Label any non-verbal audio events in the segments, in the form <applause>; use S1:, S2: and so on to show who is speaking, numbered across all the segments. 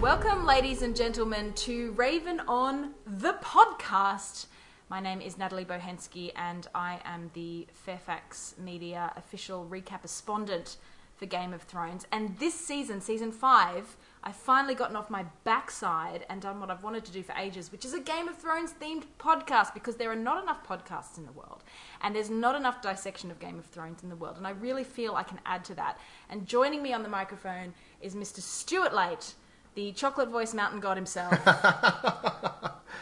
S1: Welcome, ladies and gentlemen, to Raven on the podcast. My name is Natalie Bohensky, and I am the Fairfax Media official recapespondent for Game of Thrones. And this season, season five, I've finally gotten off my backside and done what I've wanted to do for ages, which is a Game of Thrones themed podcast because there are not enough podcasts in the world and there's not enough dissection of Game of Thrones in the world. And I really feel I can add to that. And joining me on the microphone is Mr. Stuart Late, the chocolate voice mountain god
S2: <laughs>
S1: himself.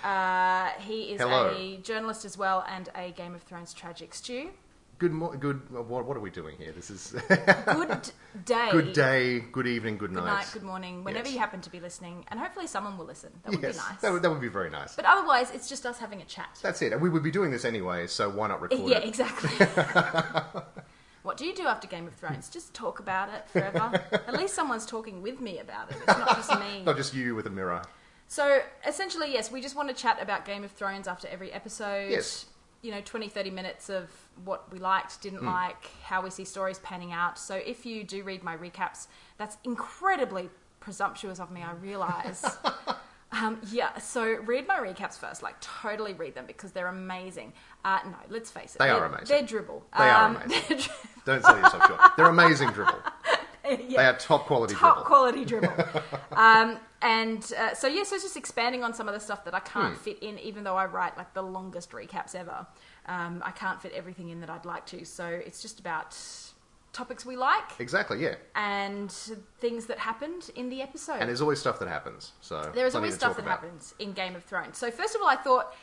S1: uh, he is
S2: Hello.
S1: a journalist as well and a Game of Thrones tragic stew.
S2: Good, mo- good. What, what are we doing here? This is
S1: Good
S2: <laughs>
S1: day.
S2: good day, good evening, good,
S1: Good
S2: night.
S1: night, good morning, whenever
S2: Yes.
S1: you happen to be listening, and hopefully someone will listen. That would
S2: yes,
S1: be nice.
S2: that would that would be very nice.
S1: But otherwise, it's just us having a chat.
S2: That's it. And we would be doing this anyway, so why not record
S1: <laughs> yeah,
S2: it? <laughs>
S1: exactly. what do you do after Game of Thrones? Just talk about it forever. At least someone's talking with me about it. It's not just
S2: <laughs>
S1: me.
S2: Not just you with a mirror.
S1: So essentially, yes, we just want to chat about Game of Thrones after every episode.
S2: Yes.
S1: You know, 20, 30 minutes of what we liked, didn't
S2: Hmm.
S1: like, how we see stories panning out. So if you do read my recaps, that's incredibly presumptuous of me, I
S2: <laughs>
S1: realise. um, yeah, so read my recaps first. Like, totally read them because they're amazing. Uh, no, let's face it.
S2: They are
S1: they're-
S2: amazing.
S1: They're dribble. Um,
S2: They
S1: <laughs>
S2: are amazing.
S1: amazing.
S2: Don't sell yourself short. They're amazing
S1: <laughs>
S2: dribble. They are top quality
S1: top
S2: dribble.
S1: quality
S2: <laughs>
S1: dribble. um, and uh, so yeah, so it's just expanding on some of the stuff that I can't
S2: Hmm.
S1: fit in, even though I write like the longest recaps ever. Um, I can't fit everything in that I'd like to, so it's just about topics we like
S2: exactly. Yeah.
S1: and things that happened in the episode.
S2: And there's always stuff that happens. So
S1: there is
S2: plenty
S1: always
S2: to
S1: stuff
S2: talk
S1: that
S2: about.
S1: happens in Game of Thrones. So first of all, I thought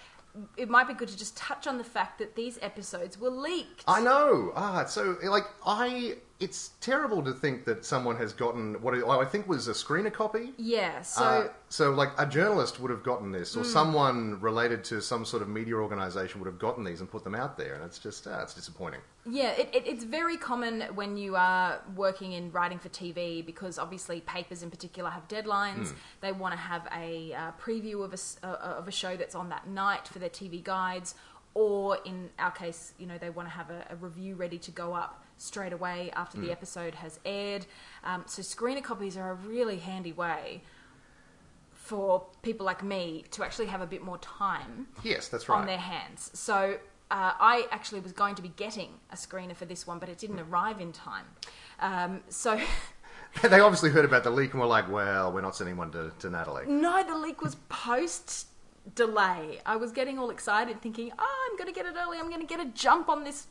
S1: it might be good to just touch on the fact that these episodes were leaked.
S2: I know. Ah, it's so like I, it's terrible to think that someone has gotten what I I think was a screener copy
S1: yeah, so Hmm.
S2: Uh, so like a journalist would have gotten this, or someone related to some sort of media organization would have gotten these and put them out there, and it's just uh, it's disappointing.
S1: Yeah, it, it, it's very common when you are working in writing for TV because obviously papers in particular have deadlines. They want to have a uh, preview of a, s- uh, of a show that's on that night for their TV guides, or in our case, you know, they want to have a, a review ready to go up straight away after the episode has aired. Um, so screener copies are a really handy way for people like me to actually have a bit more time
S2: Yes, that's
S1: on their
S2: right.
S1: hands. So uh, I actually was going to be getting a screener for this one, but it didn't arrive in time. Um, so
S2: <laughs>
S1: <laughs>
S2: they obviously heard about the leak and were like, "Well, we're not sending one to,
S1: <laughs>
S2: to Natalie."
S1: no, the leak was post delay. I was getting all excited, thinking, "Oh, I'm going to get it early. I'm going to get a jump on this."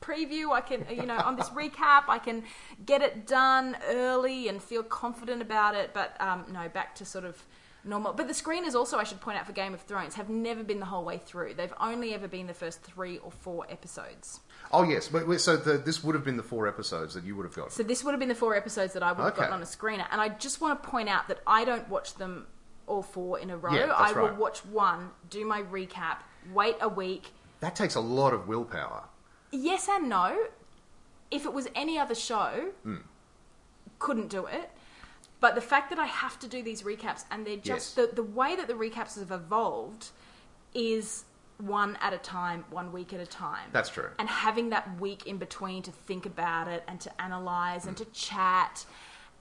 S1: preview i can you know on this recap i can get it done early and feel confident about it but um no back to sort of normal but the screeners also i should point out for game of thrones have never been the whole way through they've only ever been the first three or four episodes
S2: Oh yes, but, but- so the, this would have been the four episodes that you would have gotten.
S1: So this would have been the four episodes that I would have
S2: Okay.
S1: gotten on a screener. And I just want to point out that I don't watch them all four in a row.
S2: Yeah,
S1: I
S2: that's
S1: will
S2: right.
S1: watch one, do my recap, wait a week.
S2: that takes a lot of willpower.
S1: Yes and no. If it was any other show,
S2: Hmm.
S1: couldn't do it. But the fact that I have to do these recaps and they're just
S2: Yes.
S1: the, the way that the recaps have evolved is one at a time, one week at a time.
S2: That's true.
S1: And having that week in between to think about it and to analyze
S2: Hmm.
S1: and to chat.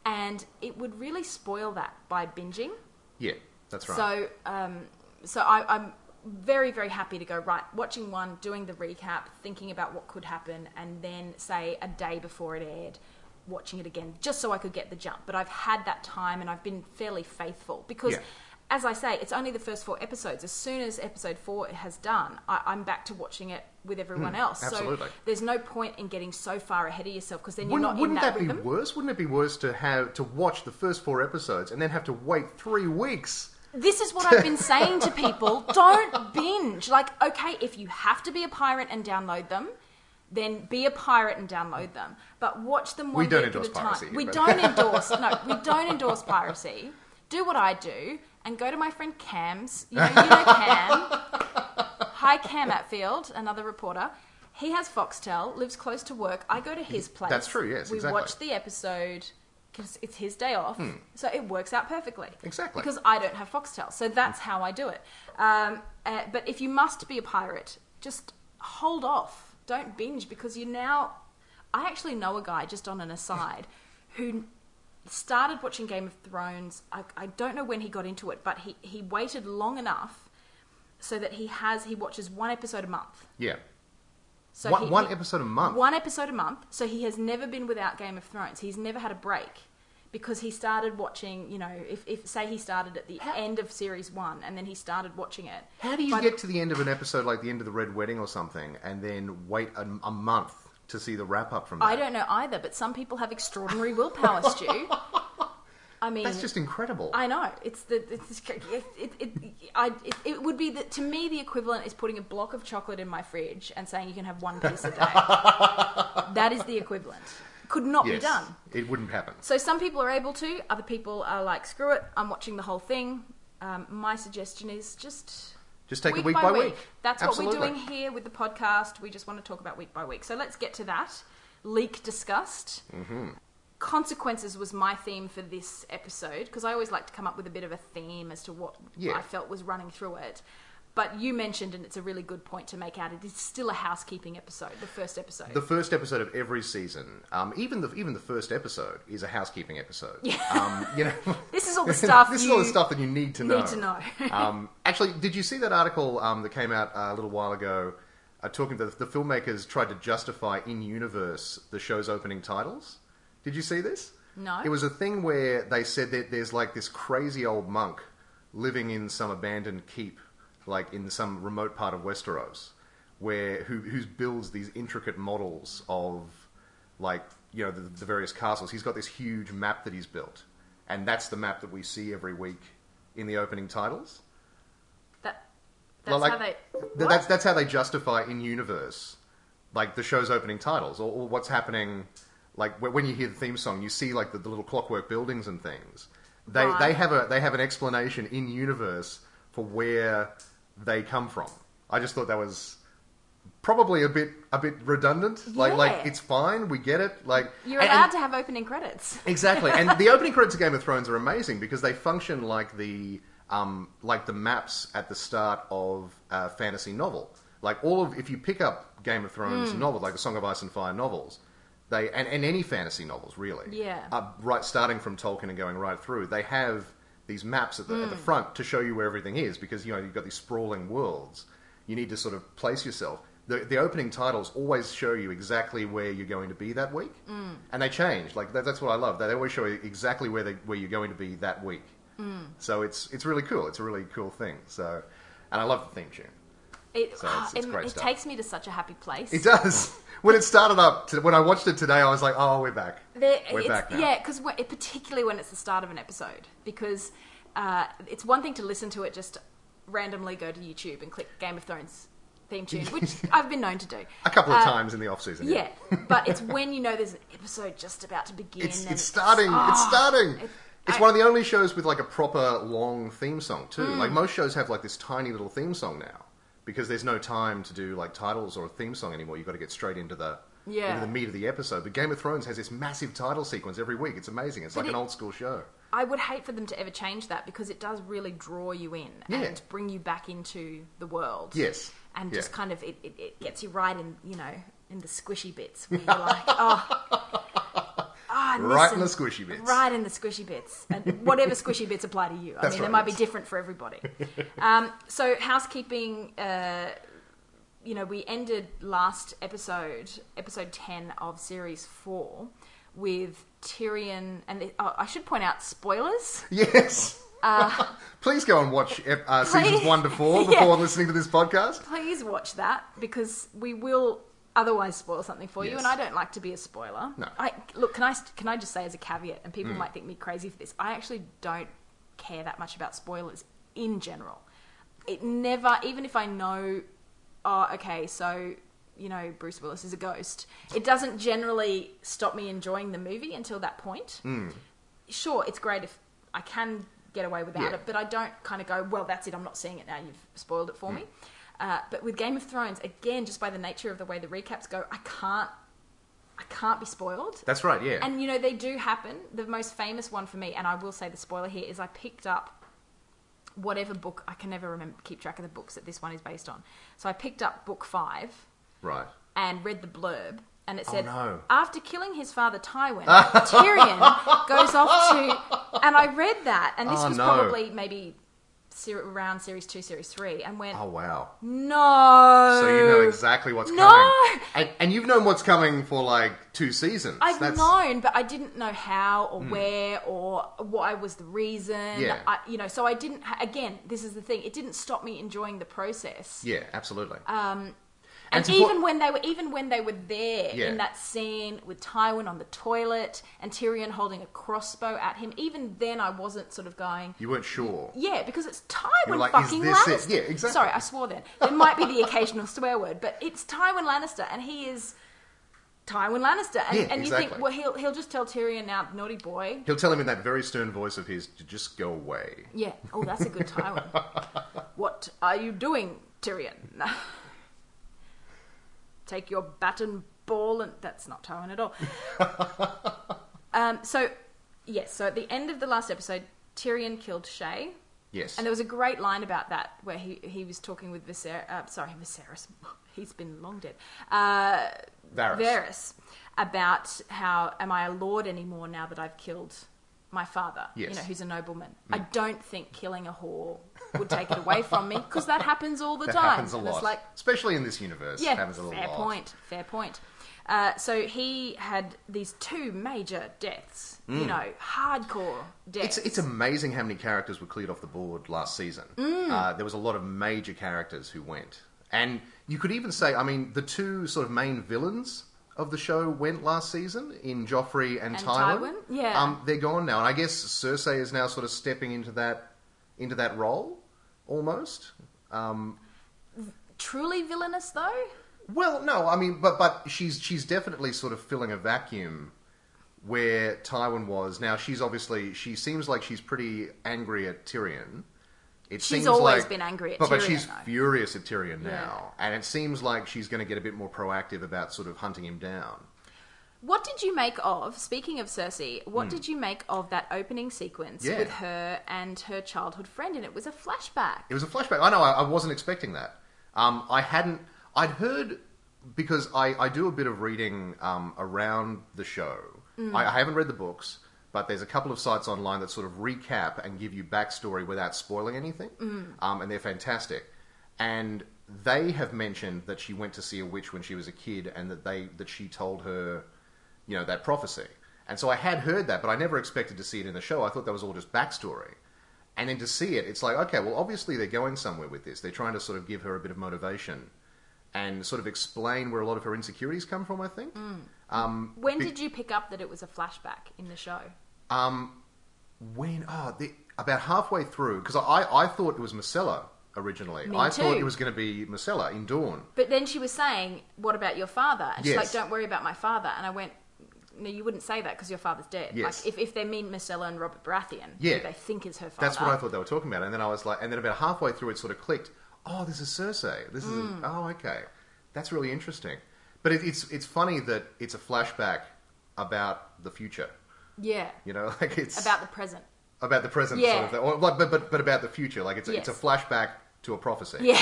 S1: And it would really spoil that by binging.
S2: Yeah, that's right.
S1: So, um, so I, I'm very, very happy to go right watching one, doing the recap, thinking about what could happen, and then say a day before it aired, watching it again, just so I could get the jump. But I've had that time, and I've been fairly faithful because.
S2: Yeah.
S1: As I say, it's only the first four episodes. As soon as episode four has done, I, I'm back to watching it with everyone else.
S2: Hmm. absolutely.
S1: So there's no point in getting so far ahead of yourself because then you're
S2: wouldn't
S1: not
S2: wouldn't
S1: in that,
S2: that, be
S1: rhythm.
S2: worse? Wouldn't it be worse to have to watch the first four episodes and then have to wait three weeks?
S1: This is what I've been saying to
S2: <laughs>
S1: people. Don't binge. Like, okay, if you have to be a pirate and download them, then be a pirate and download them. But watch them one
S2: We don't
S1: week at a
S2: endorse
S1: time.
S2: piracy,
S1: we
S2: but- <laughs>
S1: don't endorse. No, we don't endorse piracy. Do what I do and go to my friend Cam's. You know, you know
S2: <laughs>
S1: Cam. Hi, Cam Atfield, another reporter. He has Foxtel, lives close to work. I go to his place.
S2: That's true, yes,
S1: we
S2: exactly.
S1: watch the episode because it's his day off, so it works out perfectly.
S2: Exactly.
S1: Because I don't have Foxtel, so that's how I do it. Um, uh, but if you must be a pirate, just hold off. Don't binge because you now. I actually know a guy, just on an aside, who started watching Game of Thrones. I, I don't know when he got into it, but he, he waited long enough so that he has he watches one episode a month.
S2: Yeah.
S1: So
S2: one,
S1: he-
S2: one
S1: he-
S2: episode a month.
S1: One episode a month. So he has never been without Game of Thrones. He's never had a break because he started watching. You know, if, if say he started at the end of series one and then he started watching it.
S2: How do you
S1: But-
S2: get to the end of an episode like the end of the Red Wedding or something, and then wait a, a month to see the wrap up from that?
S1: I don't know either, but some people have extraordinary
S2: <laughs>
S1: willpower, Stu. I mean,
S2: That's just incredible.
S1: I know it's the it's, it, it, it, I, it, it would be the, to me the equivalent is putting a block of chocolate in my fridge and saying you can have one piece a day.
S2: <laughs>
S1: that is the equivalent. Could not
S2: yes,
S1: be done.
S2: It wouldn't happen.
S1: So some people are able to, other people are like, screw it, I'm watching the whole thing. Um, my suggestion is just
S2: Just take it week by week.
S1: That's what
S2: Absolutely.
S1: we're doing here with the podcast. We just want to talk about week by week. So let's get to that. Leak discussed. Mm-hmm. Consequences was my theme for this episode because I always like to come up with a bit of a theme as to what
S2: Yeah.
S1: I felt was running through it. But you mentioned, and it's a really good point to make out, it is still a housekeeping episode, the first episode.
S2: The first episode of every season, um, even the even the first episode, is a housekeeping episode. Um, you know,
S1: this is <laughs> all the stuff
S2: <laughs> this
S1: you
S2: is all the stuff that you need to know.
S1: need to know. <laughs>
S2: um, actually, did you see that article um, that came out uh, a little while ago? Uh, talking to the, the filmmakers tried to justify in universe the show's opening titles. Did you see this?
S1: No.
S2: It was a thing where they said that there's like this crazy old monk living in some abandoned keep, like in some remote part of Westeros, where who who builds these intricate models of like you know the, the various castles. He's got this huge map that he's built, and that's the map that we see every week in the opening titles.
S1: That, that's
S2: Well,
S1: how they.
S2: like, th-
S1: What?
S2: that's that's how they justify in universe, like the show's opening titles or, or what's happening. Like wh- when you hear the theme song, you see like the, the little clockwork buildings and things. They
S1: Right.
S2: they have a they have an explanation in universe for where they come from. I just thought that was probably a bit a bit redundant. Like like
S1: Yeah.
S2: it's fine, we get it. Like
S1: You're
S2: and-
S1: allowed
S2: and-
S1: to have opening credits.
S2: Exactly, and the opening credits of Game of Thrones are amazing because they function like the um, like the maps at the start of a fantasy novel. Like all of, if you pick up Game of Thrones novels, like the Song of Ice and Fire novels, they and, and any fantasy novels really,
S1: Yeah.
S2: uh, right starting from Tolkien and going right through, they have these maps at the,
S1: Hmm.
S2: at the front to show you where everything is because you know you've got these sprawling worlds. You need to sort of place yourself. The, the opening titles always show you exactly where you're going to be that week,
S1: Hmm.
S2: and they change. Like that, that's what I love. They always show you exactly where they, where you're going to be that week.
S1: Hmm.
S2: So it's it's really cool. It's a really cool thing. So, and I love the theme tune.
S1: It,
S2: So it's-
S1: ah,
S2: it's
S1: it,
S2: great
S1: it
S2: stuff.
S1: takes me to such a happy place.
S2: It does.
S1: Hmm.
S2: <laughs> When it started up, to, when I watched it today, I was like, "Oh, we're back.
S1: There-
S2: we're
S1: it's-
S2: back now."
S1: Yeah, because particularly when it's the start of an episode, because uh, it's one thing to listen to it just randomly go to YouTube and click Game of Thrones theme
S2: <laughs>
S1: tune, which I've been known to do.
S2: a couple of
S1: Uh,
S2: times in the off season.
S1: Yeah, but it's when you know there's an episode just about to begin.
S2: It's,
S1: and
S2: it's starting. it's
S1: ah,
S2: starting.
S1: it-
S2: it's
S1: I- Hmm.
S2: one of the only shows with like a proper long theme song too. Like most shows have like this tiny little theme song now because there's no time to do like titles or a theme song anymore. You've got to get straight into the
S1: Yeah.
S2: into the meat of the episode. But Game of Thrones has this massive title sequence every week. It's amazing. It's
S1: But
S2: like an
S1: it-
S2: old
S1: <laughs>
S2: school show.
S1: I would hate for them to ever change that because it does really draw you in
S2: Yeah.
S1: and bring you back into the world.
S2: Yes.
S1: and
S2: Yeah.
S1: just kind of it, it, it gets you right in you know in the squishy bits
S2: <laughs>
S1: where you're like oh, ah,
S2: Right
S1: listen,
S2: in the squishy bits.
S1: right in the squishy bits
S2: <laughs>
S1: and whatever squishy bits apply to you i
S2: That's
S1: mean
S2: right,
S1: they might be
S2: yes.
S1: different for
S2: <laughs>
S1: everybody um, so housekeeping uh, you know we ended last episode episode 10 of series 4 with Tyrion and the, oh, I should point out spoilers
S2: Yes. <laughs> Please go and watch ep- uh, seasons
S1: Uh, <laughs> Please.
S2: one to four
S1: Yeah.
S2: before listening to this podcast.
S1: please watch that because we will otherwise spoil something for you
S2: Yes.
S1: and I don't like to be a spoiler.
S2: No. Mm.
S1: I look, can I can I just say as a caveat and people might think me crazy for this. I actually don't care that much about spoilers in general. It never even if I know oh okay, so you know Bruce Willis is a ghost. It doesn't generally stop me enjoying the movie until that point. Sure, it's great if I can get away without
S2: Yeah.
S1: it, but I don't kind of go, well, that's it, I'm not seeing it now, you've spoiled it for
S2: Mm.
S1: me. Uh, but with Game of Thrones, again, just by the nature of the way the recaps go, I can't, I can't be spoiled.
S2: That's right. Yeah.
S1: And you know they do happen. The most famous one for me, and I will say the spoiler here, is I picked up whatever book I can never remember, keep track of the books that this one is based on. So I picked up book five
S2: right.
S1: and read the blurb, and it said,
S2: Oh, no.
S1: after killing his father Tywin,
S2: <laughs>
S1: Tyrion goes off to. And I read that, and this
S2: Oh,
S1: was
S2: no.
S1: probably maybe ser- around series two, series three, and went,
S2: Oh wow!
S1: no.
S2: So you know exactly what's
S1: No.
S2: coming, and, and you've known what's coming for like two seasons.
S1: I've
S2: That's- Hmm.
S1: known, but I didn't know how or where or why was the reason.
S2: Yeah.
S1: I, you know, so I didn't. ha- Again, this is the thing. It didn't stop me enjoying the process.
S2: Yeah, absolutely.
S1: Uh, and
S2: it's
S1: even
S2: important-
S1: when they were even when they were there
S2: Yeah.
S1: in that scene with Tywin on the toilet and Tyrion holding a crossbow at him, even then I wasn't sort of going.
S2: you weren't sure.
S1: Yeah, because it's
S2: You were
S1: Tywin
S2: like, is
S1: fucking
S2: this it?
S1: Lannister.
S2: Yeah, exactly.
S1: Sorry, I swore then. There might be the occasional swear word, but it's Tywin Lannister, and he is Tywin Lannister. And,
S2: Yeah,
S1: and you
S2: exactly.
S1: think, well, he'll he'll just tell Tyrion now, naughty boy.
S2: He'll tell him in that very stern voice of his to just go away.
S1: Yeah. Oh, that's a good Tywin. what are you doing, Tyrion? Take your baton ball and that's not Tywin at all. um, so, yes. So at the end of the last episode, Tyrion killed Shay.
S2: Yes.
S1: And there was a great line about that where he, he was talking with Viserys. Uh, sorry, Viserys. <laughs> He's been long dead. Uh,
S2: Varys.
S1: Varys. About how am I a lord anymore now that I've killed my father? You
S2: Yes. Mm.
S1: know, who's a nobleman. I don't think killing a whore would take it away from me because that happens all the
S2: that
S1: time.
S2: happens a
S1: And it's
S2: lot,
S1: like,
S2: especially in this universe.
S1: yeah,
S2: it happens a lot.
S1: fair point. Fair point. Uh, so he had these two major deaths. You know, hardcore deaths.
S2: Mm. It's, it's amazing how many characters were cleared off the board last season.
S1: Mm.
S2: Uh, there was a lot of major characters who went. And you could even say, I mean, the two sort of main villains of the show went last season in Joffrey and,
S1: And
S2: Tywin.
S1: Tywin, yeah.
S2: Um, they're gone now. And I guess Cersei is now sort of stepping into that, into that role almost.
S1: Truly villainous, though.
S2: Well, no, I mean, but but she's she's definitely sort of filling a vacuum where Tywin was. Now she's obviously she seems like she's pretty angry at Tyrion. It
S1: She's
S2: seems
S1: always
S2: like,
S1: been angry at
S2: but, But
S1: Tyrion,
S2: she's
S1: though.
S2: furious at Tyrion
S1: Yeah.
S2: now, and it seems like she's going to get a bit more proactive about sort of hunting him down.
S1: What did you make of, speaking of Cersei, what did you make of that opening sequence
S2: Mm. Yeah.
S1: with her and her childhood friend? And it was a flashback.
S2: It was a flashback. I know. I, I wasn't expecting that. Um, I hadn't. I'd heard because I, I do a bit of reading um, around the show. I, I haven't read the books, but there's a couple of sites online that sort of recap and give you backstory without spoiling anything, um, and they're fantastic. And they have mentioned that she went to see a witch when she was a kid, and that they that she told her, you know, that prophecy. And so I had heard that, but I never expected to see it in the show. I thought that was all just backstory. And then to see it, it's like, okay, well, obviously they're going somewhere with this. They're trying to sort of give her a bit of motivation and sort of explain where a lot of her insecurities come from, I think.
S1: Mm. When
S2: Be-
S1: did you pick up that it was a flashback in the show?
S2: When, oh, the, about halfway through, because I, I thought it was Marcella originally.
S1: Me
S2: I
S1: too.
S2: thought it was going to be Marcella in Dawn.
S1: But then she was saying, What about your father? And she's
S2: Yes.
S1: like, Don't worry about my father. And I went, No, you wouldn't say that because your father's dead.
S2: Yes.
S1: Like, if, if they mean Marcella and Robert Baratheon,
S2: Yeah.
S1: who they think is her father.
S2: That's what I thought they were talking about. And then I was like, and then about halfway through, it sort of clicked. Oh, this is Cersei. This is
S1: Mm.
S2: oh, okay. That's really interesting. But it, it's it's funny that it's a flashback about the future.
S1: Yeah.
S2: You know, <laughs> like it's
S1: About the
S2: <laughs>
S1: present.
S2: about the present
S1: Yeah.
S2: sort of thing, or, like, but, but but about the future. Like it's a, it's a
S1: Yes.
S2: flashback to a prophecy. <laughs>
S1: Yeah.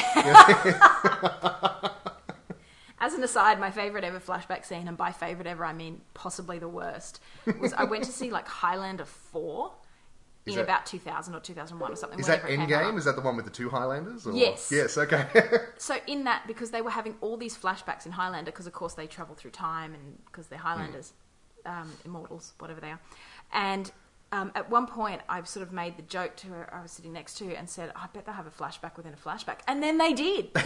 S1: As an aside, my favourite ever flashback scene, and by favourite ever I mean possibly the worst, was I went to see like Highlander 4
S2: Is
S1: in
S2: that-
S1: about 2000 or 2001 or something.
S2: Is that
S1: whenever it came
S2: Endgame?
S1: out.
S2: Is that the one with the two Highlanders? Or?
S1: Yes.
S2: Yes. Okay. <laughs>
S1: So, in that, because they were having all these flashbacks in Highlander, because of course they travel through time and because
S2: Hmm.
S1: they're Highlanders, um, immortals, whatever they are. And um, at one point, I sort of made the joke to her I was sitting next to and said, I bet they'll have a flashback within a flashback. And then they
S2: <laughs>
S1: did. Like
S2: I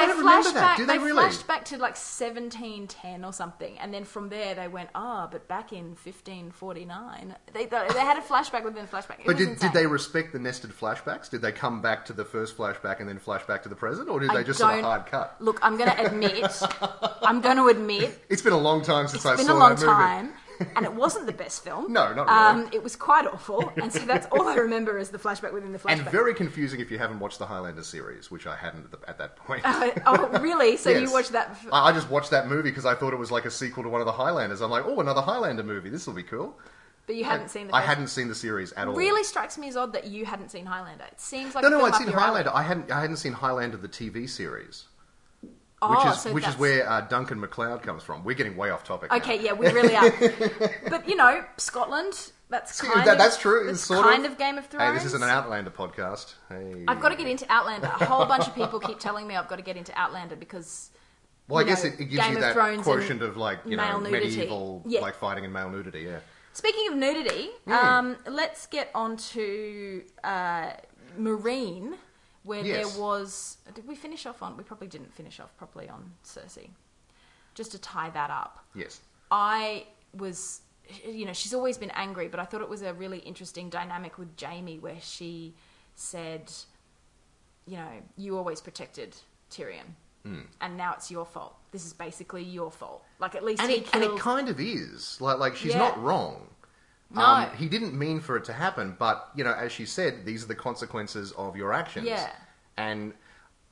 S1: they
S2: don't
S1: flashed
S2: remember
S1: back.
S2: that. Do they, really?
S1: flashed back to like seventeen ten or something, and then from there they went, ah, but back in fifteen forty nine, they they they had a flashback within a flashback. It was
S2: But did,
S1: insane.
S2: did they respect the nested flashbacks? Did they come back to the first flashback and then flash back to the present, or did
S1: I
S2: they just sort of
S1: don't-
S2: hard cut?
S1: Look, I'm going to admit,
S2: <laughs>
S1: I'm going to admit,
S2: It's been a long time since I
S1: it's been
S2: saw
S1: a long
S2: that movie.
S1: time, and it wasn't the best film.
S2: <laughs> No, not
S1: Um,
S2: really.
S1: it was quite awful, and so that's all I remember is the flashback within the flashback.
S2: And very confusing if you haven't watched the Highlander series, which I hadn't at, the, at that point.
S1: <laughs> oh, really? <laughs> So
S2: Yes.
S1: you watched that? f-
S2: I, I just watched that movie because I thought it was like a sequel to one of the Highlanders. I'm like, oh, another Highlander movie. This will be cool.
S1: But you hadn't seen the.
S2: I
S1: first-
S2: hadn't seen the series at all.
S1: Really strikes me as odd that you hadn't seen Highlander. It seems like
S2: No,
S1: a
S2: no,
S1: film
S2: I'd
S1: up
S2: seen
S1: your alley.
S2: Highlander. I hadn't, I hadn't seen Highlander the TV series. which
S1: Oh,
S2: is
S1: so
S2: which is
S1: that's-
S2: where uh, Duncan MacLeod comes from. We're getting way off topic. now.
S1: Okay, yeah, we really
S2: <laughs>
S1: are. but you know, Scotland. That's
S2: See,
S1: kind
S2: that-
S1: of
S2: that's true,
S1: It's
S2: sort
S1: kind
S2: of.
S1: of. Game of
S2: Hey,
S1: Thrones.
S2: this isn't an Outlander podcast. Hey.
S1: I've got to get into Outlander. A whole bunch of people keep telling me I've got to get into Outlander because
S2: Well, I
S1: you
S2: guess
S1: know,
S2: it, it gives
S1: Game
S2: you
S1: of
S2: that
S1: Thrones and
S2: quotient of like you know
S1: male nudity.
S2: medieval
S1: Yeah.
S2: like fighting and male nudity. Yeah.
S1: Speaking of nudity,
S2: Hmm.
S1: um, let's get on to uh, Marine, where
S2: Yes.
S1: there was. Did we finish off on? We probably didn't finish off properly on Cersei. Just to tie that up,
S2: Yes.
S1: I was. You know, she's always been angry, but I thought it was a really interesting dynamic with Jamie where she said, you know, you always protected Tyrion,
S2: Hmm.
S1: and now it's your fault. This is basically your fault. Like, at least
S2: and
S1: he
S2: it,
S1: killed.
S2: and it kind of is like like she's
S1: Yeah.
S2: not wrong. Um,
S1: No.
S2: he didn't mean for it to happen, but you know, as she said, these are the consequences of your actions.
S1: Yeah.
S2: and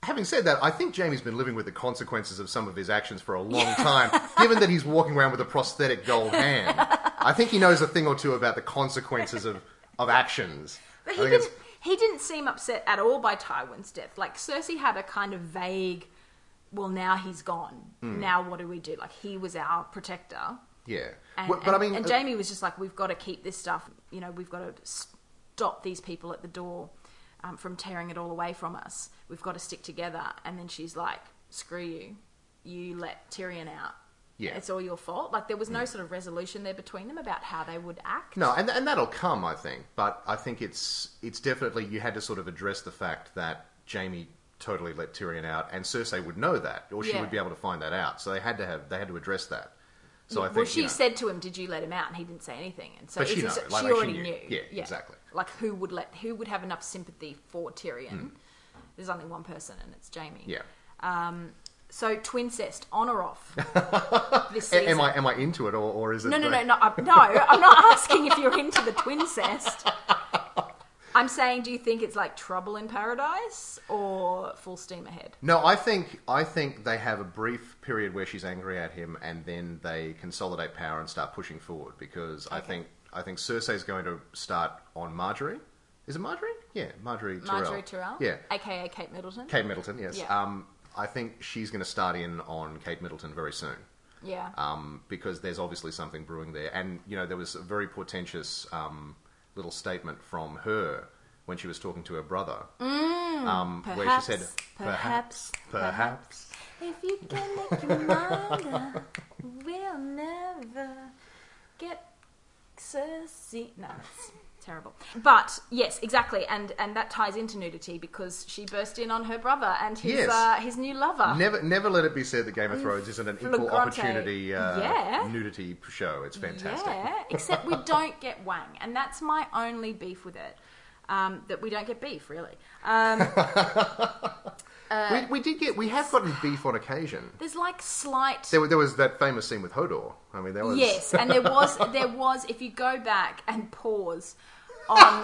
S2: having said that, I think Jamie's been living with the consequences of some of his actions for a
S1: <laughs>
S2: long time. Given that he's walking around with a prosthetic gold hand, I think he knows a thing or two about the consequences of of actions.
S1: But
S2: I
S1: he
S2: think
S1: didn't.
S2: it's-
S1: He didn't seem upset at all by Tywin's death. Like Cersei had a kind of vague, "Well, now he's gone.
S2: Hmm.
S1: Now what do we do?" Like he was our protector,
S2: yeah,
S1: and,
S2: but, but I
S1: and-
S2: mean,
S1: and
S2: uh,
S1: Jamie was just like, "We've got to keep this stuff. You know, we've got to stop these people at the door um, from tearing it all away from us. We've got to stick together." And then she's like, "Screw you. You let Tyrion out."
S2: Yeah. Hmm.
S1: It's all your fault. Like there was no sort of resolution there between them about how they would act.
S2: No, and, and that'll come, I think. But I think it's it's definitely you had to sort of address the fact that Jamie totally let Tyrion out, and Cersei would know that, or she
S1: Yeah.
S2: would be able to find that out. So they had to have they had to address that. So I think
S1: well, she
S2: you know,
S1: said to him, "Did you let him out?" And he didn't say anything. And so
S2: But she
S1: it's-
S2: know,
S1: it's-
S2: like-
S1: she
S2: like she
S1: already
S2: knew.
S1: knew.
S2: Yeah, exactly.
S1: Like who would let who would have enough sympathy for Tyrion? There's only one person, and it's Jamie.
S2: Mm. yeah.
S1: So twincest, on or
S2: <laughs>
S1: off? this
S2: A-
S1: season.
S2: am I am I into it, or, or is it?
S1: No, no,
S2: the-
S1: no, no, I'm- no. I'm not asking if you're into the twincest. I'm saying, do you think it's like trouble in paradise or full steam ahead?
S2: No, I think I think they have a brief period where she's angry at him, and then they consolidate power and start pushing forward. Because I think I think Cersei's going to start on Marjorie. Is it Marjorie? Yeah, Marjorie. Tyrell.
S1: Marjorie Tyrell,
S2: Yeah,
S1: aka Kate Middleton.
S2: Kate Middleton. Yes.
S1: Yeah.
S2: Um, I think she's going to start in on Kate Middleton very soon.
S1: yeah.
S2: Um, because there's obviously something brewing there, and you know there was a very portentous um, little statement from her when she was talking to her brother, um, where she said,
S1: Mm, perhaps,
S2: perhaps,
S1: If you can make your mind up, we'll never get Cersei. No, it's terrible. But yes, exactly, and and that ties into nudity because she burst in on her brother and his
S2: Yes.
S1: uh, his new lover.
S2: Never, never let it be said that Game of Thrones isn't an equal
S1: flagrante.
S2: opportunity uh,
S1: Yeah.
S2: nudity show. It's fantastic.
S1: Yeah, except we don't get Wang, and that's my only beef with it. Um, that we don't get beef really. Um,
S2: we, we did get, we have gotten beef on occasion.
S1: there's like slight
S2: There, wa- there was that famous scene with Hodor. I mean, that was
S1: Yes, and
S2: <laughs>
S1: there was there was if you go back and pause
S2: <laughs>
S1: on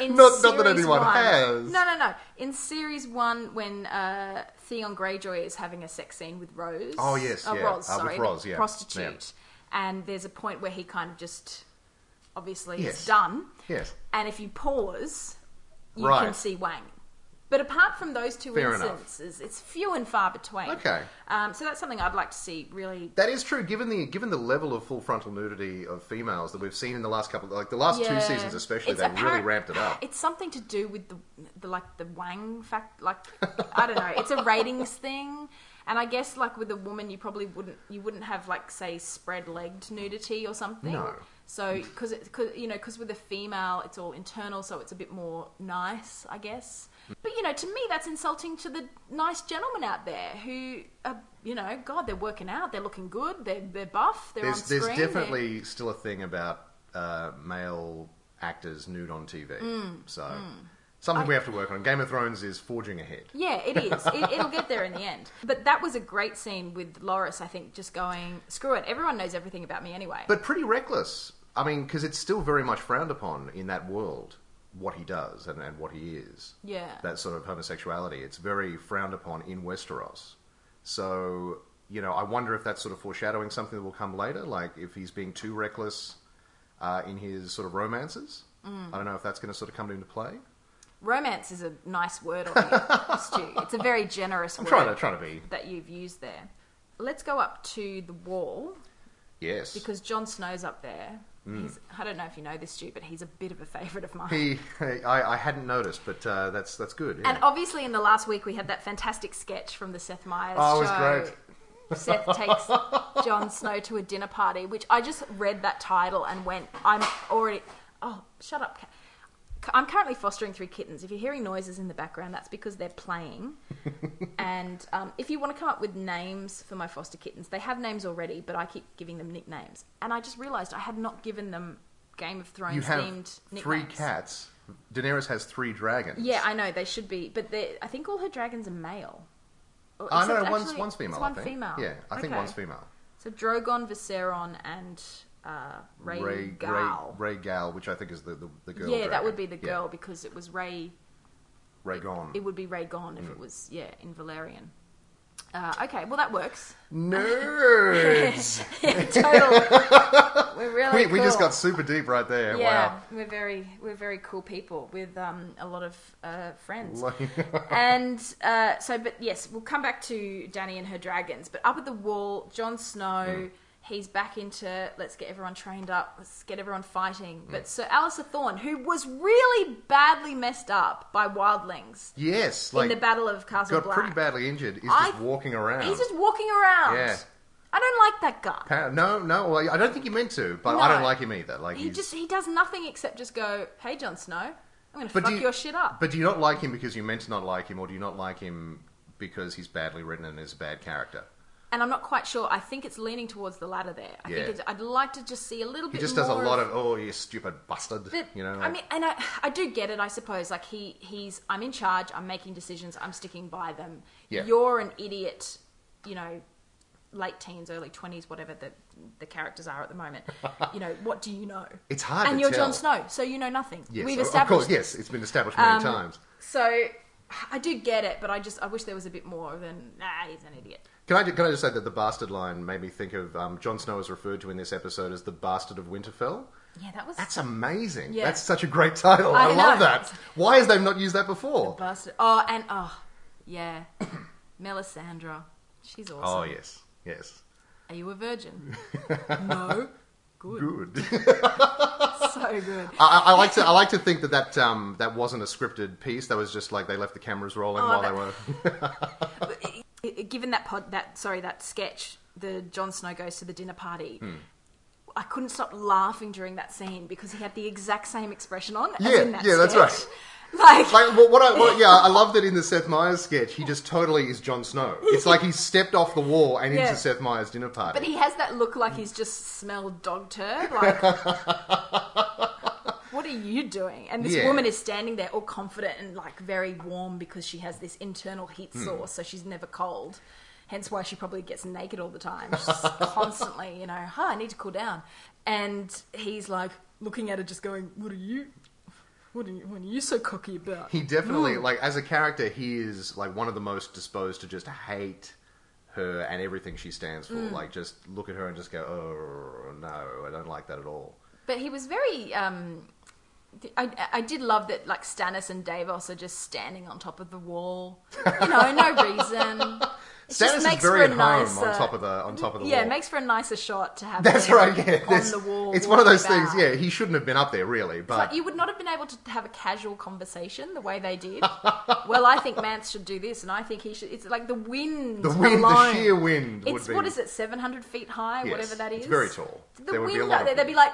S1: in
S2: Not- not that
S1: series
S2: anyone
S1: one-
S2: has.
S1: No, no, no. In series one, when uh, Theon Greyjoy is having a sex scene with Rose.
S2: Oh, yes,
S1: uh,
S2: yeah.
S1: Roz,
S2: Uh, with
S1: sorry,
S2: Roz,
S1: the
S2: yeah.
S1: prostitute. And there's a point where he kind of just obviously
S2: Yes.
S1: is done.
S2: Yes.
S1: And if you pause, you
S2: Right.
S1: can see Wang. But apart from those two
S2: Fair enough.
S1: instances, it's few and far between.
S2: Okay.
S1: Um, so that's something I'd like to see really
S2: That is true, given the given the level of full frontal nudity of females that we've seen in the last couple, like the last two
S1: Yeah.
S2: seasons especially,
S1: It's
S2: they really
S1: apparent-
S2: ramped it up.
S1: <gasps> It's something to do with the, the like the Wang fact. Like I don't know. It's a
S2: <laughs>
S1: ratings thing, and I guess like with a woman, you probably wouldn't you wouldn't have like say spread legged nudity or something.
S2: No.
S1: So because you know because with a female, it's all internal, so it's a bit more nice, I guess. But you know, to me, that's insulting to the nice gentlemen out there who are you know, God, they're working out, they're looking good, they're they're buff, they're
S2: There's
S1: on
S2: there's
S1: screen. they're-
S2: definitely still a thing about uh, male actors nude on TV.
S1: Mm,
S2: So something we have to work on. Game of Thrones is forging ahead.
S1: Yeah, it is. It, it'll get there in the end. But that was a great scene with Loris, I think, just going, screw it, everyone knows everything about me anyway.
S2: But pretty reckless. I mean, because it's still very much frowned upon in that world what he does and, and what he is.
S1: Yeah.
S2: That sort of homosexuality. It's very frowned upon in Westeros. So, you know, I wonder if that's sort of foreshadowing something that will come later, like if he's being too
S1: Mm.
S2: reckless uh, in his sort of romances. I don't know if that's going to sort of come into play.
S1: Romance is a nice word on here, Stu. It's a very generous
S2: I'm
S1: word
S2: trying to trying to be
S1: that you've used there. Let's go up to the wall
S2: yes.
S1: because Jon Snow's up there. He's, I don't know if you know this, Stu, but he's a bit of a favourite of mine.
S2: Hmm. he, I, I hadn't noticed, but uh, that's that's good. yeah.
S1: And obviously, in the last week, we had that fantastic sketch from the Seth Meyers
S2: Oh, it was
S1: show. Seth
S2: <laughs>
S1: takes Jon Snow to a dinner party, which I just read that title and went, I'm already. Oh, shut up. Ca- I'm currently fostering three kittens. If you're hearing noises in the background, that's because they're
S2: <laughs>
S1: playing. and um, if you want to come up with names for my foster kittens, they have names already, but I keep giving them nicknames. And I just realised I had not given them Game of Thrones
S2: you have
S1: themed nicknames.
S2: three cats. Daenerys has three dragons.
S1: Yeah, I know they should be, but they- I think all her dragons are male. Or-
S2: I
S1: except
S2: know one's
S1: actually,
S2: one's female.
S1: It's one
S2: I think.
S1: female.
S2: Yeah, I think
S1: Okay.
S2: one's female.
S1: So Drogon, Viseron, and uh, Ray, Gal.
S2: Ray, Ray Gal, which I think is the the, the girl.
S1: yeah, that
S2: dragon.
S1: would be the
S2: Yeah.
S1: girl because it was Ray.
S2: Ray Gon.
S1: It would be Ray Gon
S2: Mm.
S1: if it was yeah in Valerian. Uh, okay, well that works. <laughs>
S2: Nerds.
S1: Total. We're really
S2: we, we just
S1: cool.
S2: got super deep right there.
S1: Yeah,
S2: Wow.
S1: we're very we're very cool people with um, a lot of uh, friends.
S2: Like- <laughs>
S1: and uh, so, but yes, we'll come back to Danny and her dragons. But up at the wall, Jon Snow,
S2: Mm.
S1: he's back into let's get everyone trained up, let's get everyone fighting.
S2: Mm.
S1: But Sir Alistair Thorne, who was really badly messed up by wildlings
S2: yes, like
S1: in the Battle of Castle
S2: got
S1: Black,
S2: pretty badly injured. Is
S1: I-
S2: just walking around.
S1: he's just walking around.
S2: Yeah.
S1: I don't like that guy.
S2: Pa- no, no. Well, I don't think he meant to, but I
S1: No.
S2: don't like him either. Like
S1: He
S2: he's-
S1: just he does nothing except just go, "Hey, Jon Snow, I'm going to
S2: But
S1: fuck
S2: do you-
S1: your shit up."
S2: But do you not like him because you meant to not like him, or do you not like him because he's badly written and is a bad character?
S1: and I'm not quite sure. I think it's leaning towards the latter there. I
S2: Yeah.
S1: think it's, I'd like to just see a little
S2: He
S1: bit.
S2: just does a
S1: more
S2: lot of oh, you stupid bastard.
S1: but,
S2: you know,
S1: I
S2: like-
S1: mean, and I, I do get it. I suppose like he, he's. I'm in charge. I'm making decisions. I'm sticking by them.
S2: Yeah.
S1: You're an idiot. You know, late teens, early twenties, whatever the the characters are at the moment. you know, what do you know?
S2: <laughs> It's hard
S1: And
S2: to
S1: you're
S2: tell.
S1: Jon Snow, so you know nothing.
S2: yes,
S1: We've
S2: of-
S1: established.
S2: Of course, yes, it's been established many
S1: Um,
S2: times.
S1: So I do get it, but I just I wish there was a bit more than ah, he's an idiot.
S2: Can I, can I just say that the bastard line made me think of um, Jon Snow is referred to in this episode as the bastard of Winterfell.
S1: Yeah, that was
S2: That's amazing.
S1: Yeah.
S2: That's such a great title.
S1: I
S2: I, love
S1: know.
S2: that. Why has they not used that before?
S1: Bastard. Oh, and oh, yeah, <coughs> Melisandre. She's awesome.
S2: Oh yes, yes,
S1: Are you a
S2: <laughs>
S1: virgin? no. Good.
S2: good. <laughs>
S1: So good.
S2: I, I like to I like to think that that um, that wasn't a scripted piece. That was just like they left the cameras rolling
S1: Oh,
S2: while
S1: that-
S2: they were.
S1: I- I- Given that pod, that sorry, that sketch, the Jon Snow goes to the dinner party.
S2: Hmm.
S1: I couldn't stop laughing during that scene because he had the exact same expression on. as
S2: Yeah,
S1: in that
S2: yeah, that's
S1: sketch. Like,
S2: Like what, what I what, yeah, I love that in the Seth Meyers sketch, he just totally is
S1: <laughs>
S2: Jon Snow. It's like he stepped off the wall and
S1: Yeah.
S2: into Seth Meyers' dinner party.
S1: but he has that look like he's just smelled dog turd. Like, what are you doing? And this
S2: Yeah.
S1: woman is standing there, all confident and like very warm because she has this internal heat source, so she's never cold. Hence why she probably gets naked all the time. She's constantly, you know, huh, I need to cool down. And he's like looking at her, just going, "What are you? What are you? What are you so cocky about?"
S2: He definitely
S1: Hmm.
S2: like as a character, he is like one of the most disposed to just hate her and everything she stands for.
S1: Hmm.
S2: Like just look at her and just go, oh no, I don't like that at all.
S1: But he was very. Um, th- I, I did love that, like Stannis and Davos are just standing on top of the wall. You know,
S2: <laughs>
S1: no reason. It just
S2: Stannis is
S1: makes
S2: very
S1: for a
S2: at home
S1: nicer-
S2: on top of the on top of the
S1: yeah,
S2: wall. <laughs>
S1: it makes for a nicer shot to have.
S2: That's
S1: them
S2: right. Yeah,
S1: on
S2: That's-
S1: the wall.
S2: it's one of those
S1: walking
S2: things.
S1: about.
S2: Yeah, he shouldn't have been up there really, but
S1: Like, you would not have been able to have a casual conversation the way they did. well, I
S2: <laughs>
S1: think Mance should do this, and I think he should. It's like the wind.
S2: the wind,
S1: alone.
S2: the sheer wind.
S1: It's
S2: would be,
S1: what is it, seven hundred feet high,
S2: Yes,
S1: whatever that is.
S2: it's very tall.
S1: The
S2: There would
S1: wind
S2: be a lot
S1: out
S2: of
S1: there, they'd
S2: wind.
S1: be like,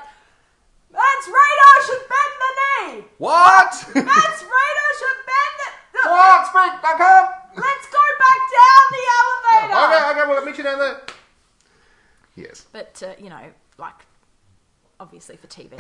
S1: "That's radar should bend the knee. <laughs>
S2: What?
S1: That's radar should bend
S2: <laughs>
S1: the.
S2: what? Speak back up.
S1: Let's go back down the elevator.
S2: Okay, okay, well, meet you down there. Yes.
S1: But uh, you know, like, obviously for
S2: <laughs>
S1: TV,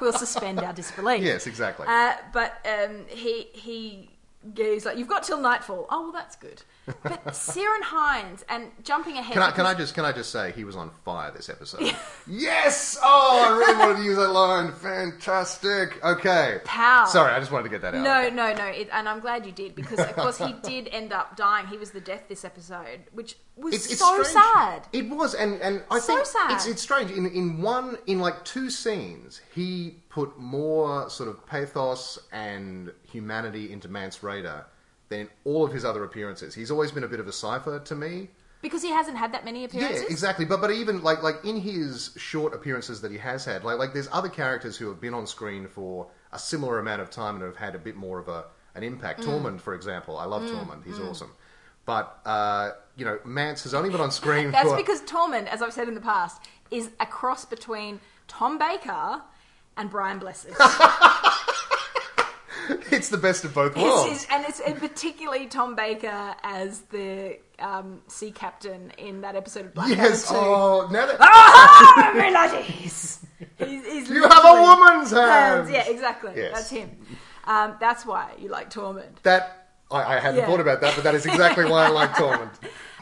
S1: we'll suspend our disbelief.
S2: Yes, exactly.
S1: Uh, but um, he he goes like, "You've got till nightfall." Oh, well, that's good. But Ciaran Hines and jumping ahead.
S2: Can I, can
S1: because-
S2: I just can I just say he was on fire this episode? yes! Oh, I really wanted to use that line. Fantastic. Okay.
S1: Pow.
S2: Sorry, I just wanted to get that out.
S1: No, no, no, it, and I'm glad you did because, of course, he did end up dying. He was the death this episode, which was so
S2: strange.
S1: sad.
S2: It was, and and I
S1: So
S2: think
S1: sad.
S2: it's it's strange. In in one in like two scenes, he put more sort of pathos and humanity into Mance Raider than all of his other appearances. He's always been a bit of a cipher to me.
S1: Because he hasn't had that many
S2: Yeah,
S1: appearances.
S2: exactly. But but even like like in his short appearances that he has had, like like there's other characters who have been on screen for a similar amount of time and have had a bit more of a an impact.
S1: Mm.
S2: Tormund, for example, I love Tormund. He's awesome. But uh, you know, Mance has only been on
S1: <laughs>
S2: screen
S1: That's
S2: for
S1: because Tormund, as I've said in the past, is a cross between Tom Baker and Brian
S2: <laughs>
S1: Blessed.
S2: it's the best of both
S1: It's-
S2: worlds.
S1: it's- and it's and particularly Tom Baker as the um, sea captain in that episode of Black
S2: yes.
S1: Panther 2.
S2: Oh, now that
S1: Ah, my laddies! He's- he's
S2: you have a
S1: literally-
S2: woman's hand.
S1: Hands, Yeah, exactly.
S2: Yes.
S1: That's him. Um, that's why you like Tormund.
S2: That I, I hadn't
S1: Yeah.
S2: thought about that, but that is exactly why I like
S1: <laughs>
S2: Tormund.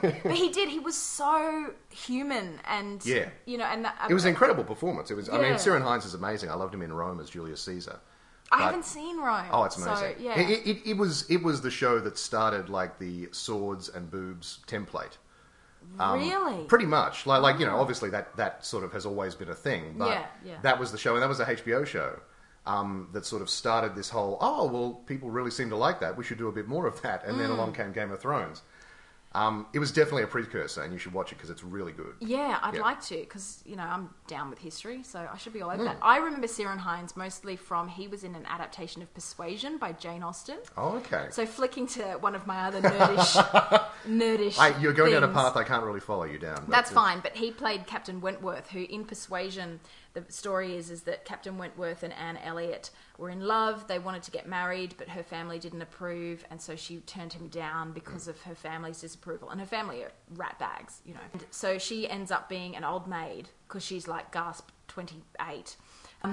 S1: But he did. He was so human, and
S2: Yeah.
S1: you know, and that,
S2: It was an incredible performance. It was. I mean,
S1: Yeah.
S2: Ciaran Hines is amazing. I loved him in Rome as Julius Caesar.
S1: I
S2: but-
S1: haven't seen Rome.
S2: Oh, it's amazing!
S1: So, yeah,
S2: it, it, it was it was the show that started like the swords and boobs template.
S1: really.
S2: um,
S1: Oh.
S2: Pretty much, like like you know, obviously that that sort of has always been a thing, but
S1: Yeah, yeah.
S2: that was the show, and that was a HBO show um, that sort of started this whole. Oh well, people really seem to like that. We should do a bit more of that, and
S1: Mm.
S2: then along came Game of Thrones. Um, it was definitely a precursor, and you should watch it because it's really good.
S1: Yeah, I'd
S2: Yeah.
S1: like to because you know I'm down with history, so I should be
S2: Hmm.
S1: all over that. I remember Ciaran Hines mostly from he was in an adaptation of Persuasion by Jane Austen.
S2: Oh, okay.
S1: So flicking to one of my other nerdish,
S2: <laughs>
S1: nerdish.
S2: I, you're going down a
S1: things.
S2: path I can't really follow you down. but-
S1: That's fine, but he played Captain Wentworth, who in Persuasion, the story is is that Captain Wentworth and Anne Elliot were in love. They wanted to get married, but her family didn't approve, and so she turned him down because of her family's disapproval. And her family are rat bags, you know. And so she ends up being an old maid because she's like gasp twenty eight, um,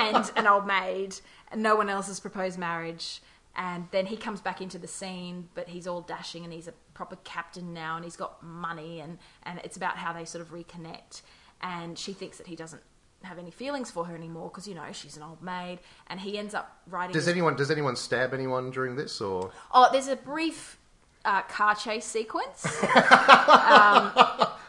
S1: and an old maid. And no one else has proposed marriage. And then he comes back into the scene, but he's all dashing and he's a proper captain now and he's got money and, and it's about how they sort of reconnect. And she thinks that he doesn't have any feelings for her anymore because, you know, she's an old maid. And he ends up writing.
S2: Does anyone does anyone stab anyone during this or?
S1: oh, there's a brief uh, car chase sequence.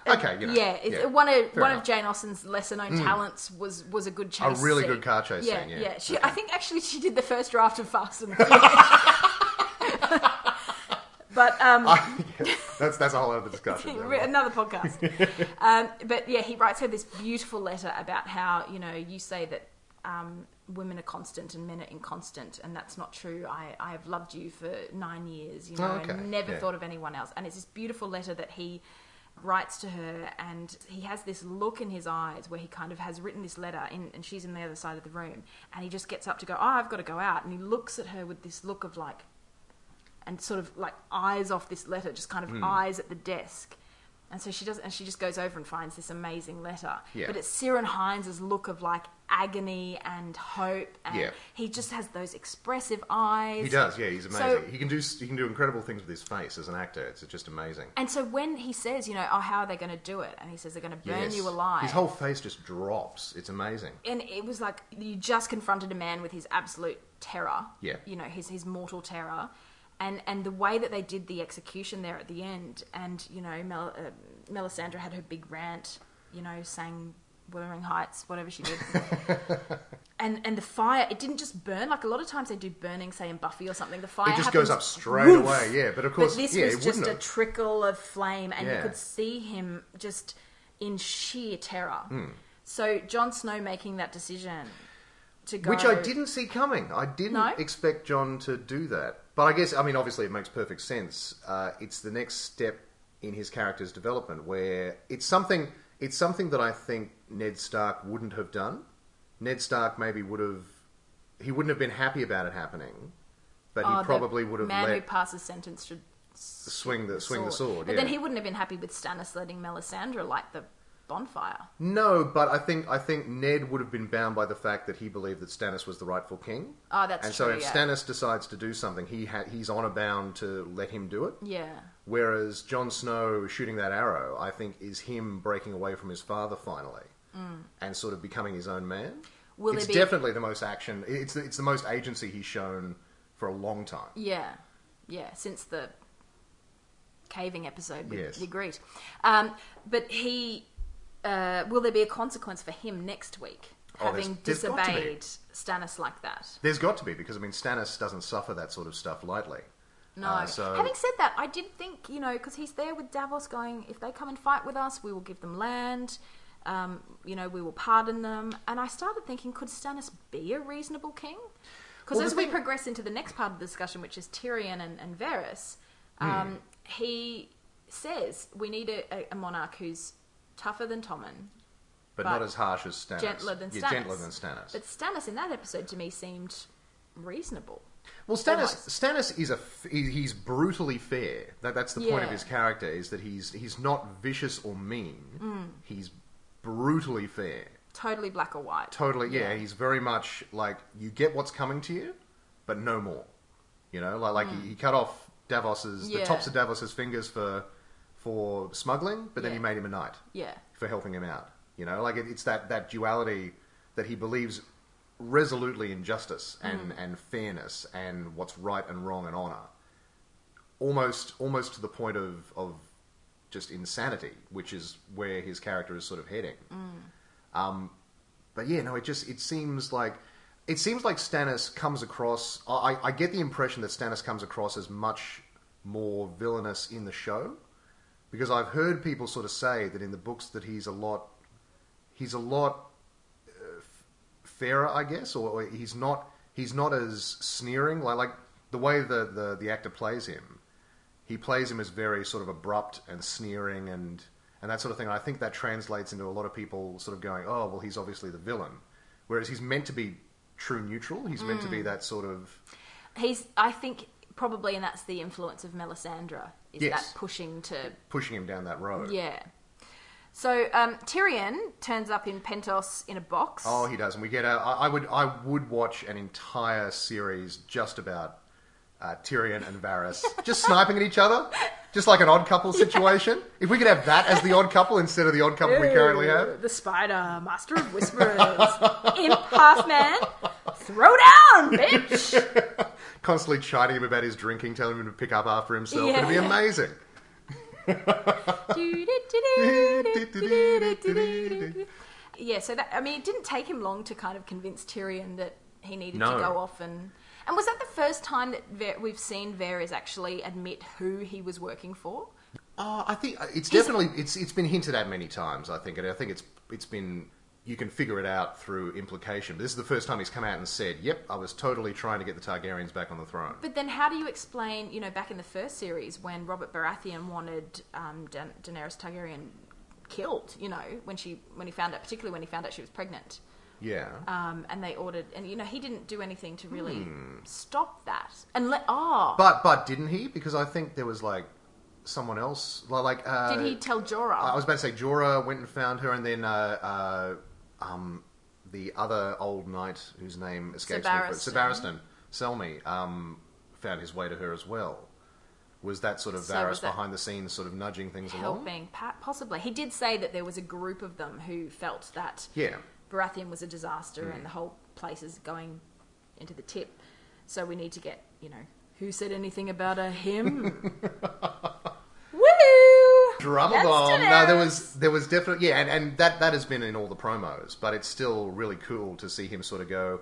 S2: Okay, you know,
S1: yeah, it's, one of
S2: Fair
S1: one
S2: enough. Hmm.
S1: of Jane Austen's lesser known talents was was a good chase.
S2: really
S1: scene.
S2: good car chase
S1: Yeah,
S2: scene, yeah.
S1: She, I think actually she did the first draft of Fast
S2: <laughs>
S1: and the Furious. <laughs> But um,
S2: <laughs> that's that's a whole
S1: <laughs>
S2: other discussion.
S1: Re- Another podcast.
S2: <laughs>
S1: um, but yeah, he writes her this beautiful letter about how, you know, you say that um, women are constant and men are inconstant, and that's not true. I, I have loved you for nine years, you know,
S2: Oh, okay.
S1: and never
S2: Yeah.
S1: thought of anyone else. And it's this beautiful letter that he writes to her, and he has this look in his eyes where he kind of has written this letter, in, and she's in the other side of the room, and he just gets up to go, Oh, I've got to go out. And he looks at her with this look of like, and sort of like eyes off this letter, just kind of
S2: Hmm.
S1: eyes at the desk. And so she does, and she just goes over and finds this amazing letter.
S2: Yeah.
S1: But it's Ciaran Hines' look of like agony and hope, and
S2: Yeah.
S1: he just has those expressive eyes.
S2: He does, yeah, he's amazing.
S1: So-
S2: he can do he can do incredible things with his face as an actor. It's just amazing.
S1: And so when he says, you know, oh, how are they going to do it? And he says they're going to burn
S2: Yes.
S1: you alive.
S2: His whole face just drops. It's amazing.
S1: and it was like you just confronted a man with his absolute terror.
S2: Yeah.
S1: You know, his his mortal terror. And, and the way that they did the execution there at the end, and you know, Mel, uh, Melisandre had her big rant, you know, sang "Wuthering Heights," whatever she
S2: <laughs>
S1: did, and and the fire, it didn't just burn. Like a lot of times they do burning, say in Buffy or something. The fire
S2: It just
S1: happens-
S2: goes up straight
S1: Woof!
S2: away, yeah. But of course,
S1: but this
S2: yeah,
S1: was
S2: it
S1: just
S2: wouldn't
S1: a
S2: have.
S1: trickle of flame, and
S2: Yeah.
S1: you could see him just in sheer terror.
S2: Hmm.
S1: So Jon Snow making that decision to go,
S2: Which I didn't see coming. I didn't
S1: No?
S2: expect John to do that. But I guess, I mean, obviously, it makes perfect sense. Uh, it's the next step in his character's development, where it's something. It's something that I think Ned Stark wouldn't have done. Ned Stark maybe would have. He wouldn't have been happy about it happening, but
S1: Oh,
S2: he
S1: the
S2: probably would have
S1: man who
S2: let
S1: passes sentence should s-
S2: swing the swing the sword.
S1: But
S2: yeah.
S1: then he wouldn't have been happy with Stannis letting Melisandre light the bonfire.
S2: No, but I think I think Ned would have been bound by the fact that he believed that Stannis was the rightful king.
S1: Oh, that's
S2: and so
S1: true,
S2: if
S1: yeah.
S2: Stannis decides to do something, he ha- he's honor bound to let him do it.
S1: Yeah,
S2: Whereas Jon Snow shooting that arrow, I think, is him breaking away from his father finally and sort of becoming his own man.
S1: Mm. Will
S2: it's
S1: there be-
S2: definitely the most action. It's it's the most agency he's shown for a long time.
S1: yeah, yeah. Since the caving episode with
S2: Yes.
S1: the Greet, um, but he. Uh, will there be a consequence for him next week?
S2: Oh, there's-
S1: having
S2: there's got to be.
S1: disobeyed Stannis like that.
S2: There's got to be because I mean Stannis doesn't suffer that sort of stuff lightly.
S1: No.
S2: Uh, so-
S1: Having said that, I did think, you know, because he's there with Davos going, if they come and fight with us, we will give them land. Um, you know, we will pardon them. And I started thinking, could Stannis be a reasonable king? Because
S2: Well, the
S1: as we
S2: thing-
S1: progress into the next part of the discussion, which is Tyrion and, and Varys,
S2: Hmm.
S1: um, he says we need a, a- a monarch who's tougher than Tommen, But
S2: But, not as harsh as Stannis.
S1: gentler than Stannis.
S2: Yeah, gentler than Stannis.
S1: But Stannis in that episode to me seemed reasonable.
S2: Well, Stannis,
S1: Almost.
S2: Stannis is a f- he- he's brutally fair. That, that's the point of
S1: Yeah.
S2: his character is that he's he's not vicious or mean.
S1: Mm.
S2: He's brutally fair.
S1: Totally black or white.
S2: Totally, yeah. He's very much like you get what's coming to you, but no more. You know, like like he, he cut off Davos's the
S1: Mm. Yeah.
S2: tops of Davos's fingers for for smuggling, but then he
S1: Yeah.
S2: made him a knight
S1: yeah.
S2: for helping him out. You know, like it, it's that, that duality that he believes resolutely in justice and, and fairness and what's right and wrong and honor, almost almost to the point of of just insanity, which is where his character is sort of heading. Um, but yeah, no, it just it seems like it seems like Stannis comes across. I, I- I get the impression that Stannis comes across as much more villainous in the show because I've heard people sort of say that in the books that he's a lot, he's a lot uh, f- fairer, I guess, or, or he's not he's not as sneering. Like like the way the, the the actor plays him, he plays him as very sort of abrupt and sneering and and that sort of thing. I think that translates into a lot of people sort of going, oh well, he's obviously the villain, whereas he's meant to be true neutral. He's meant to be that sort of
S1: He's, I think, probably, and that's the influence of Melisandre is
S2: Yes.
S1: that pushing to,
S2: pushing him down that road.
S1: yeah. So um, Tyrion turns up in Pentos in a box.
S2: Oh, he does, and we get a. I I would, I would watch an entire series just about uh, Tyrion
S1: <laughs>
S2: and Varys just sniping at each other, just like an odd couple situation. If we could have that as the odd couple instead of the odd couple we currently have,
S1: The spider, master of
S2: <laughs>
S1: whispers, imp half man. Throw down, bitch!
S2: constantly chiding him about his drinking, telling him to pick up after himself.
S1: Yeah.
S2: It'd be amazing.
S1: yeah, so that, I mean, it didn't take him long to kind of convince Tyrion that he needed
S2: No.
S1: to go off and. And was that the first time that Ver- we've seen Varys actually admit who he was working for?
S2: Uh, I think uh,
S1: He's-
S2: it's definitely it's it's been hinted at many times. I think, and I think it's it's been you can figure it out through implication. But this is the first time he's come out and said, "Yep, I was totally trying to get the Targaryens back on the throne."
S1: But then, how do you explain, you know, back in the first series when Robert Baratheon wanted um, da- Daenerys Targaryen killed, you know, when she when he found out, particularly when he found out she was pregnant,
S2: Yeah.
S1: um, and they ordered, and you know, he didn't do anything to really stop that. And let ah,
S2: But but didn't he? Because I think there was like someone else. li- Like uh,
S1: did he tell Jorah?
S2: I was about to say Jorah went and found her, and then uh, uh, um, the other old knight whose name escapes me,
S1: Sebaristan.
S2: but Sebaristan Selmy, um, found his way to her as well. Was that sort of
S1: So
S2: Varys
S1: was that-
S2: behind the scenes, sort of nudging things along?
S1: helping, pa- possibly. He did say that there was a group of them who felt that
S2: Yeah.
S1: Baratheon was a disaster
S2: Hmm.
S1: and the whole place is going into the tip. So we need to get, you know, who said anything about a
S2: <laughs>
S1: him? Woo!
S2: Drama
S1: That's
S2: bomb. No, there
S1: Daenerys.
S2: was there was definitely yeah, and, and that that has been in all the promos, but it's still really cool to see him sort of go,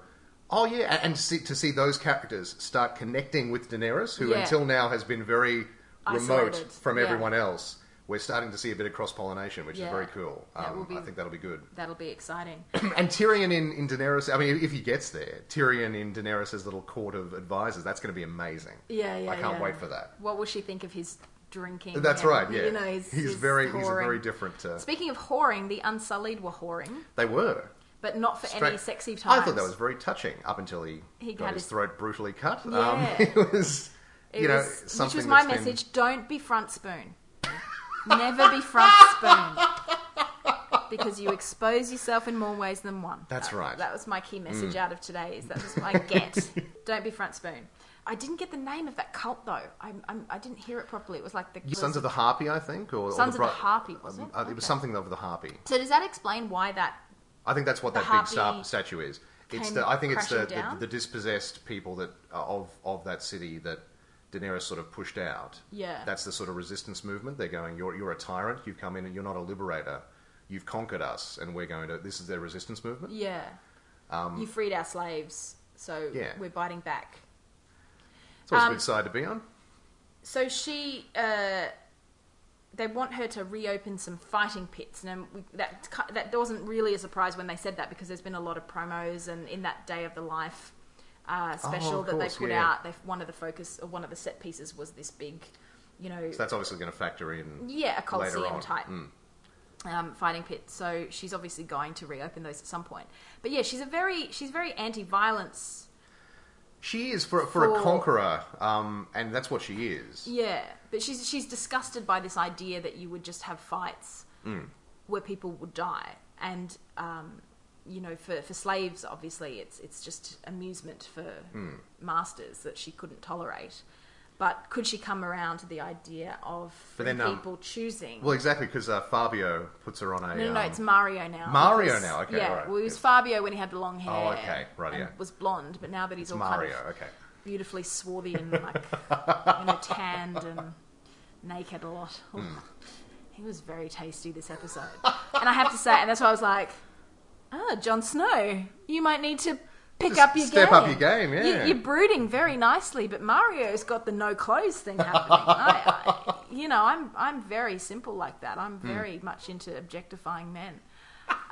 S2: oh yeah, and, and see, to see those characters start connecting with Daenerys, who
S1: Yeah.
S2: until now has been very remote
S1: Isolated,
S2: from
S1: yeah.
S2: everyone else. We're starting to see a bit of cross pollination, which
S1: Yeah.
S2: is very cool.
S1: That will
S2: Um,
S1: be-
S2: I think that'll be good. <clears throat>
S1: That'll be exciting.
S2: and Tyrion in, in Daenerys. I mean, if he gets there, Tyrion in Daenerys' little court of advisors. That's going to be amazing.
S1: Yeah, yeah.
S2: I can't
S1: yeah.
S2: wait for that.
S1: What will she think of his drinking?
S2: That's
S1: and,
S2: right. Yeah,
S1: You know, his,
S2: he's
S1: his
S2: very he's a
S1: whoring?
S2: very different. Uh,
S1: Speaking of whoring, the Unsullied were whoring,
S2: they were.
S1: but not for
S2: Straight-
S1: any sexy times.
S2: I thought that was very touching up until he,
S1: He
S2: got
S1: had
S2: his
S1: his-
S2: throat brutally cut. Um, <laughs>
S1: Yeah.
S2: it was,
S1: It
S2: you know,
S1: was- which
S2: something
S1: was my
S2: that's been-
S1: message: don't be front spoon. Never be
S2: <laughs>
S1: front spoon, because you expose yourself in more ways than one.
S2: That's
S1: That-
S2: right. Mm.
S1: That was my key message out of today. Is that was my
S2: <laughs>
S1: get? don't be front spoon. I didn't get the name of that cult though. I, I'm, I didn't hear it properly. It was like the
S2: Sons of the Harpy, I think, or or
S1: Sons of the
S2: Bri-
S1: Harpy, was it?
S2: um, uh, it was
S1: Okay.
S2: something of the Harpy.
S1: So does that explain why that?
S2: I think that's what
S1: The
S2: that big star
S1: Harpy
S2: statue is. It's
S1: came
S2: the I think it's the,
S1: crashing
S2: the
S1: down?
S2: the dispossessed people that uh, of of that city that Daenerys sort of pushed out.
S1: Yeah.
S2: that's the sort of resistance movement. They're going, you're you're a tyrant. You've come in and you're not a liberator. you've conquered us, and we're going to. This is their resistance movement.
S1: Yeah. you freed our slaves, so
S2: Um, Yeah.
S1: we're biting back.
S2: It's always
S1: Um,
S2: a good side to be on.
S1: So she, uh, they want her to reopen some fighting pits, and um, we, that ki- that wasn't really a surprise when they said that because there's been a lot of promos and in that Day of the Life uh, special
S2: Oh, of
S1: that they
S2: course,
S1: put
S2: yeah.
S1: out, they, one of the focus or one of the set pieces was this big, you know,
S2: So that's obviously going to factor in.
S1: yeah, a
S2: later
S1: coliseum
S2: on. Hmm.
S1: type um, fighting pit. So she's obviously going to reopen those at some point. But yeah, she's a very she's very anti-violence.
S2: She is for for,
S1: For-
S2: a conqueror, um, and that's what she is.
S1: Yeah, but she's she's disgusted by this idea that you would just have fights
S2: Mm.
S1: where people would die, and um, you know, for, for slaves, obviously, it's it's just amusement for
S2: Mm.
S1: masters that she couldn't tolerate. But could she come around to the idea of free
S2: But then, um,
S1: people choosing?
S2: Well, exactly because uh, Fabio puts her on a.
S1: No, no, no,
S2: um,
S1: it's Mario now.
S2: Mario now, okay,
S1: Yeah,
S2: alright,
S1: well, it was
S2: yes.
S1: Fabio when he had the long hair.
S2: Oh, okay, right,
S1: and
S2: yeah.
S1: Was blonde, but now that he's all
S2: Mario.
S1: kind of
S2: Okay.
S1: beautifully swarthy and
S2: <laughs>
S1: like you know tanned and naked a lot.
S2: Hmm.
S1: He was very tasty this episode, and I have to say, and that's why I was like, "Ah, Jon Snow, you might need to pick
S2: Just
S1: up your
S2: step
S1: game.
S2: up your game, yeah.
S1: You, are brooding very nicely, but Mario's got the no clothes thing happening. I, I, you know, I'm I'm very simple like that.
S2: Hmm.
S1: I'm very much into objectifying men. Um,
S2: <laughs>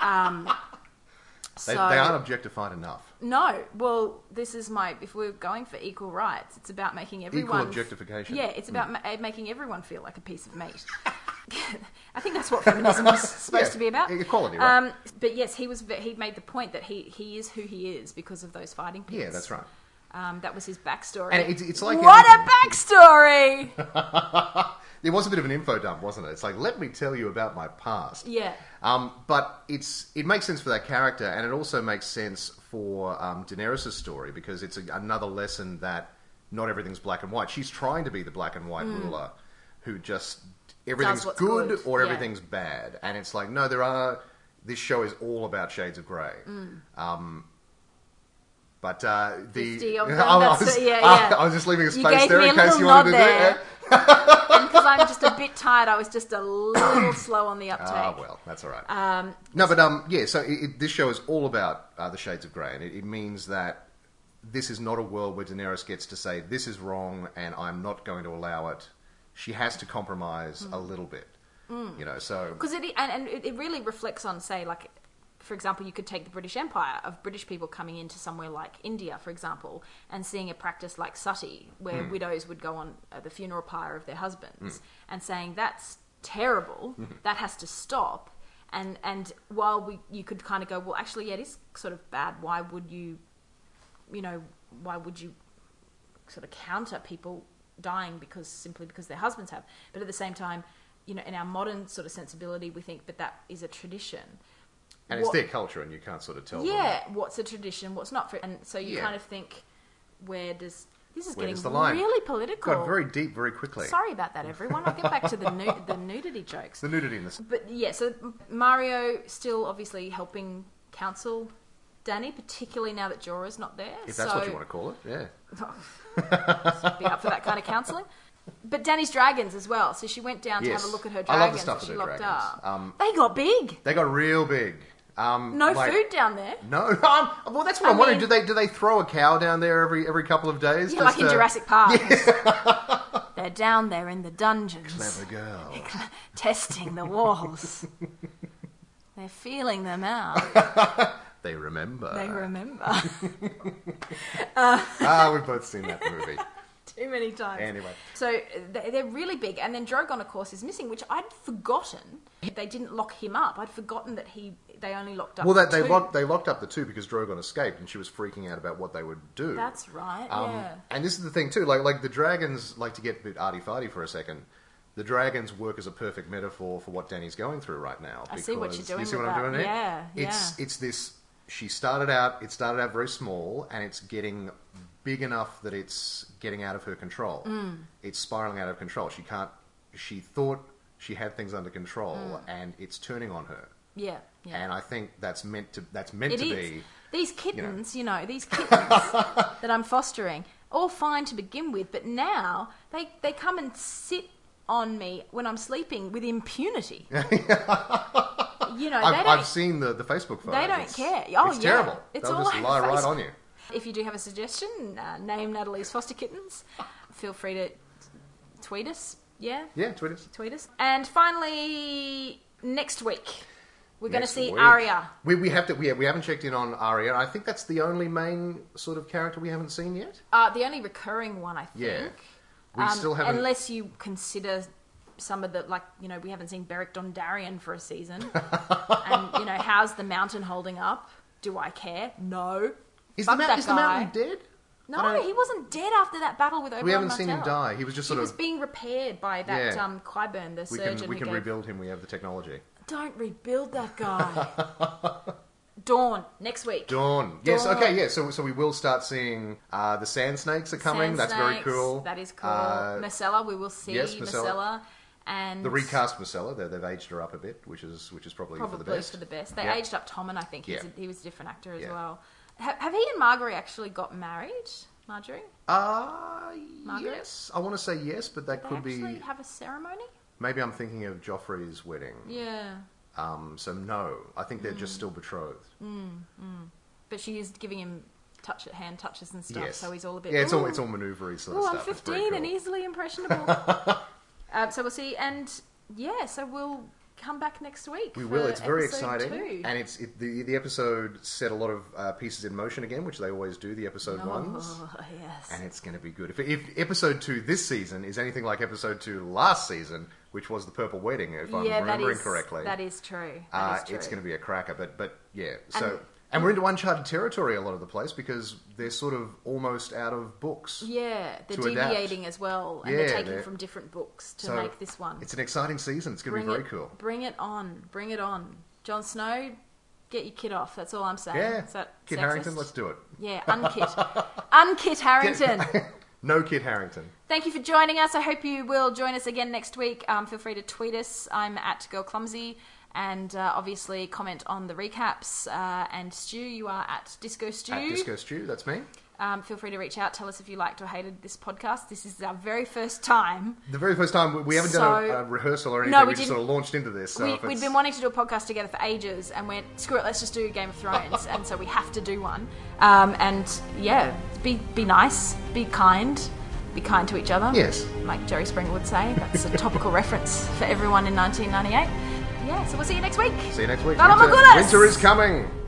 S2: They,
S1: so
S2: they aren't objectified enough.
S1: no, well, this is my. If we're going for equal rights, it's about making everyone
S2: objectification. Mm.
S1: Yeah, it's about ma- eh, making everyone feel like a piece of
S2: <laughs>
S1: meat. <laughs> I think that's what feminism is supposed
S2: Yeah,
S1: to be about.
S2: equality, right.
S1: Um, but yes, he was. ve- He made the point that he he is who he is because of those fighting pits.
S2: Yeah, that's right.
S1: Um, that was his backstory.
S2: And it's- it's like
S1: what a
S2: anything.
S1: backstory!
S2: <laughs> It was a bit of an info dump, wasn't it? It's like let me tell you about my past.
S1: yeah,
S2: Um, but it's it makes sense for that character, and it also makes sense for um, Daenerys' story because it's a, another lesson that not everything's black and white. She's trying to be the black and white ruler who just everything's
S1: Mm. what's
S2: good,
S1: good,
S2: or
S1: yeah.
S2: everything's bad, and it's like no, there are. This show is all about shades of grey.
S1: Mm.
S2: Um, but uh, the
S1: 50
S2: <laughs>
S1: of them,
S2: I, was,
S1: that's- yeah, yeah.
S2: <laughs> I was just leaving a
S1: You
S2: space
S1: gave
S2: there
S1: me a
S2: in case
S1: little
S2: you
S1: nod
S2: wanted to do
S1: there.
S2: it.
S1: because I'm just a bit tired. I was just a
S2: <coughs>
S1: little slow on the uptake.
S2: Ah, well, that's all right. no, but um, yeah. So it, it, this show is all about uh, the shades of grey, and it, it means that this is not a world where Daenerys gets to say this is wrong, and I'm not going to allow it. She has to compromise
S1: Mm.
S2: a little bit, you know. So
S1: because it and, and it it really reflects on say like for example you could take the british empire of british people coming into somewhere like india for example and seeing a practice like sati where widows would go on uh, the funeral pyre of their husbands and saying that's terrible that has to stop and and while we you could kind of go well actually yeah it is sort of bad why would you you know why would you sort of counter people dying because simply because their husbands have. But at the same time, you know, in our modern sort of sensibility, we think, but that is a tradition.
S2: and it's
S1: What-
S2: their culture, and you can't sort of tell. them
S1: Yeah, what's a tradition, what's not? For, and so you
S2: Yeah.
S1: kind of think, where does this is
S2: Where
S1: getting
S2: does the line?
S1: really political?
S2: got very deep very quickly.
S1: Sorry about that, everyone. I'll get back to the
S2: <laughs>
S1: nu- the nudity jokes.
S2: The nudity in this.
S1: But yeah, so Mario still obviously helping counsel Danny, particularly now that Jorah's not there.
S2: If that's what you
S1: So-
S2: want to call it, yeah.
S1: be up for that kind of counselling. But Danny's dragons as well. So she went down to
S2: Yes.
S1: have a look at her
S2: I love the
S1: dragons
S2: stuff
S1: that she
S2: with her
S1: locked
S2: dragons.
S1: up.
S2: Um,
S1: they got big.
S2: They got real big. Um,
S1: No
S2: like-
S1: food down there.
S2: No, <laughs> um, well, that's what
S1: I
S2: I am wondering.
S1: mean-
S2: Do they do they throw a cow down there every every couple of days?
S1: Yeah, like
S2: Just,
S1: in
S2: uh,
S1: Jurassic
S2: <laughs>
S1: Park. They're down there in the dungeons,
S2: Clever girl.
S1: <laughs> testing the walls. They're feeling them out.
S2: They remember.
S1: They remember
S2: <laughs> ah, we've both seen that
S1: <laughs>
S2: movie.
S1: too many times.
S2: Anyway.
S1: So uh, they- they're really big. And then Drogon, of course, is missing, which I'd forgotten. They didn't lock him up. I'd forgotten that he. They only locked up.
S2: Well, that, they
S1: two.
S2: locked they locked up the two because Drogon escaped, and she was freaking out about what they would do.
S1: That's right.
S2: Um,
S1: yeah.
S2: And this is the thing too. Like like the dragons like to get a bit arty farty for a second. The dragons work as a perfect metaphor for what Danny's going through right now.
S1: I see what you're
S2: because-
S1: doing
S2: You see
S1: with
S2: what I'm
S1: that.
S2: doing here?
S1: Yeah,
S2: It's
S1: yeah.
S2: it's this. She started out. It started out very small, and it's getting big enough that it's getting out of her control.
S1: Mm.
S2: It's spiraling out of control. She can't. She thought she had things under control, and it's turning on her.
S1: Yeah, Mm. yeah.
S2: And I think that's meant to. That's meant
S1: It
S2: to
S1: is.
S2: be.
S1: These kittens, you know,
S2: <laughs>
S1: these kittens that I'm fostering, all fine to begin with, but now they, they come
S2: <laughs>
S1: and sit on me when I'm sleeping with impunity. y- you know, they
S2: I've, I've
S1: don't-
S2: seen the, the Facebook photos.
S1: They don't
S2: It's-
S1: care. Oh,
S2: it's
S1: yeah.
S2: terrible.
S1: It's
S2: They'll
S1: all
S2: just
S1: over
S2: lie right
S1: Facebook.
S2: on you.
S1: e- If you do have a suggestion, uh, name Natalie's foster kittens. Feel free to t- tweet us. Yeah,
S2: Yeah, tweet us.
S1: tweet us. And finally, next week we're going to
S2: Next
S1: see
S2: week.
S1: Arya.
S2: We, we have to. We, we haven't checked in on Arya. I think that's the only main sort of character we haven't seen yet.
S1: Uh, the only recurring one, I think.
S2: Yeah. We
S1: Um,
S2: still haven't.
S1: Unless you consider some of the like, you know, we haven't seen Beric Dondarrion for a
S2: <laughs>
S1: season, and you know, how's the mountain holding up? Do I care? No.
S2: is the,
S1: Fuck
S2: mou-
S1: that
S2: is the
S1: guy.
S2: mountain dead? I
S1: No,
S2: don't-
S1: he wasn't dead after that battle with Oberon
S2: we haven't seen him
S1: Martell.
S2: die. He was just
S1: He
S2: sort
S1: was
S2: of.
S1: being repaired by that
S2: Yeah.
S1: um, Clyburn, the
S2: We
S1: surgeon.
S2: can we
S1: who
S2: can
S1: gave-
S2: rebuild him. We have the technology.
S1: Don't rebuild
S2: <laughs>
S1: that guy. Dawn next week.
S2: Dawn. Yes.
S1: Dawn.
S2: Okay. Yeah. So so we will start seeing uh, the sand snakes are coming.
S1: Sand
S2: that's very
S1: snakes,
S2: cool.
S1: That is cool.
S2: Uh,
S1: Marcella, we will see
S2: yes,
S1: Marcella.
S2: Marcella.
S1: and
S2: the recast Marcella. they- They've aged her up a bit, which is which is probably,
S1: probably
S2: for the best.
S1: They
S2: Yeah.
S1: aged up Tommen. I think he's
S2: Yeah.
S1: a, he was a different actor as
S2: Yeah.
S1: well. Have, have he and Margaery actually got married? Marjorie,
S2: Uh,
S1: Margaret?
S2: yes. I want to say yes, but that
S1: they
S2: could be.
S1: actually have a ceremony.
S2: Maybe I'm thinking of Joffrey's wedding.
S1: Yeah, Mm.
S2: Um, so no, I think they're just still betrothed.
S1: but she is giving him touch hand touches and stuff,
S2: yes.
S1: so he's all a bit.
S2: Yeah, it's all
S1: "Ooh."
S2: it's all manoeuvre sort of
S1: Oh, I'm
S2: stuff. It's very
S1: 15 and
S2: cool.
S1: easily impressionable.
S2: <laughs>
S1: um, so we'll see. And yeah, so we'll come back next week.
S2: We
S1: for
S2: will. It's very
S1: episode
S2: exciting,
S1: two.
S2: and it's it, the the episode set a lot of uh, pieces in motion again, which they always do. The episode ones,
S1: Oh, yes.
S2: and it's going to be good. If, if episode two this season is anything like episode two last season, which was the purple wedding, if I'm
S1: yeah, that
S2: remembering
S1: is
S2: correctly,
S1: That is true. That
S2: uh,
S1: is true.
S2: it's going to be a cracker. But but yeah, so
S1: And-
S2: and, we're into uncharted territory a lot of the place because they're sort of almost out of books.
S1: Yeah, they're
S2: to adapt.
S1: deviating as well, and they're
S2: Yeah,
S1: taking
S2: they're-
S1: from different books to
S2: So
S1: make this one.
S2: It's an exciting season. It's going to be very
S1: it,
S2: cool.
S1: Bring it on. Bring it on. Jon Snow, get your kid off. That's all I'm saying.
S2: Yeah,
S1: Is that
S2: Kid
S1: sexist?
S2: Harrington, let's do it.
S1: Yeah,
S2: <laughs>
S1: unkit. unkit Harrington.
S2: no Kid Harrington.
S1: Thank you for joining us. I hope you will join us again next week. Um, feel free to tweet us. I'm at Girl Clumsy. And uh, obviously, comment on the recaps. Uh, and Stu, you are at Disco Stew.
S2: At Disco Stew, that's me.
S1: Um, feel free to reach out. Tell us if you liked or hated this podcast. This is our very first time.
S2: The very first time we- we haven't done
S1: So-
S2: a, a rehearsal or
S1: No,
S2: anything.
S1: we
S2: we, just
S1: didn't.
S2: sort of launched into this. So
S1: we,
S2: if
S1: we'd
S2: it's-
S1: been wanting to do a podcast together for ages and went, screw it, let's just do Game of Thrones. and so we have to do one. Um, and yeah, be, be nice, be kind, be kind to each other.
S2: Yes.
S1: Like Jerry Springer would say, that's a topical <laughs> reference for everyone in 1998. Yeah, so we'll see you next week.
S2: See you next week.
S1: Not on
S2: Winter,
S1: my goodness.
S2: winter is coming.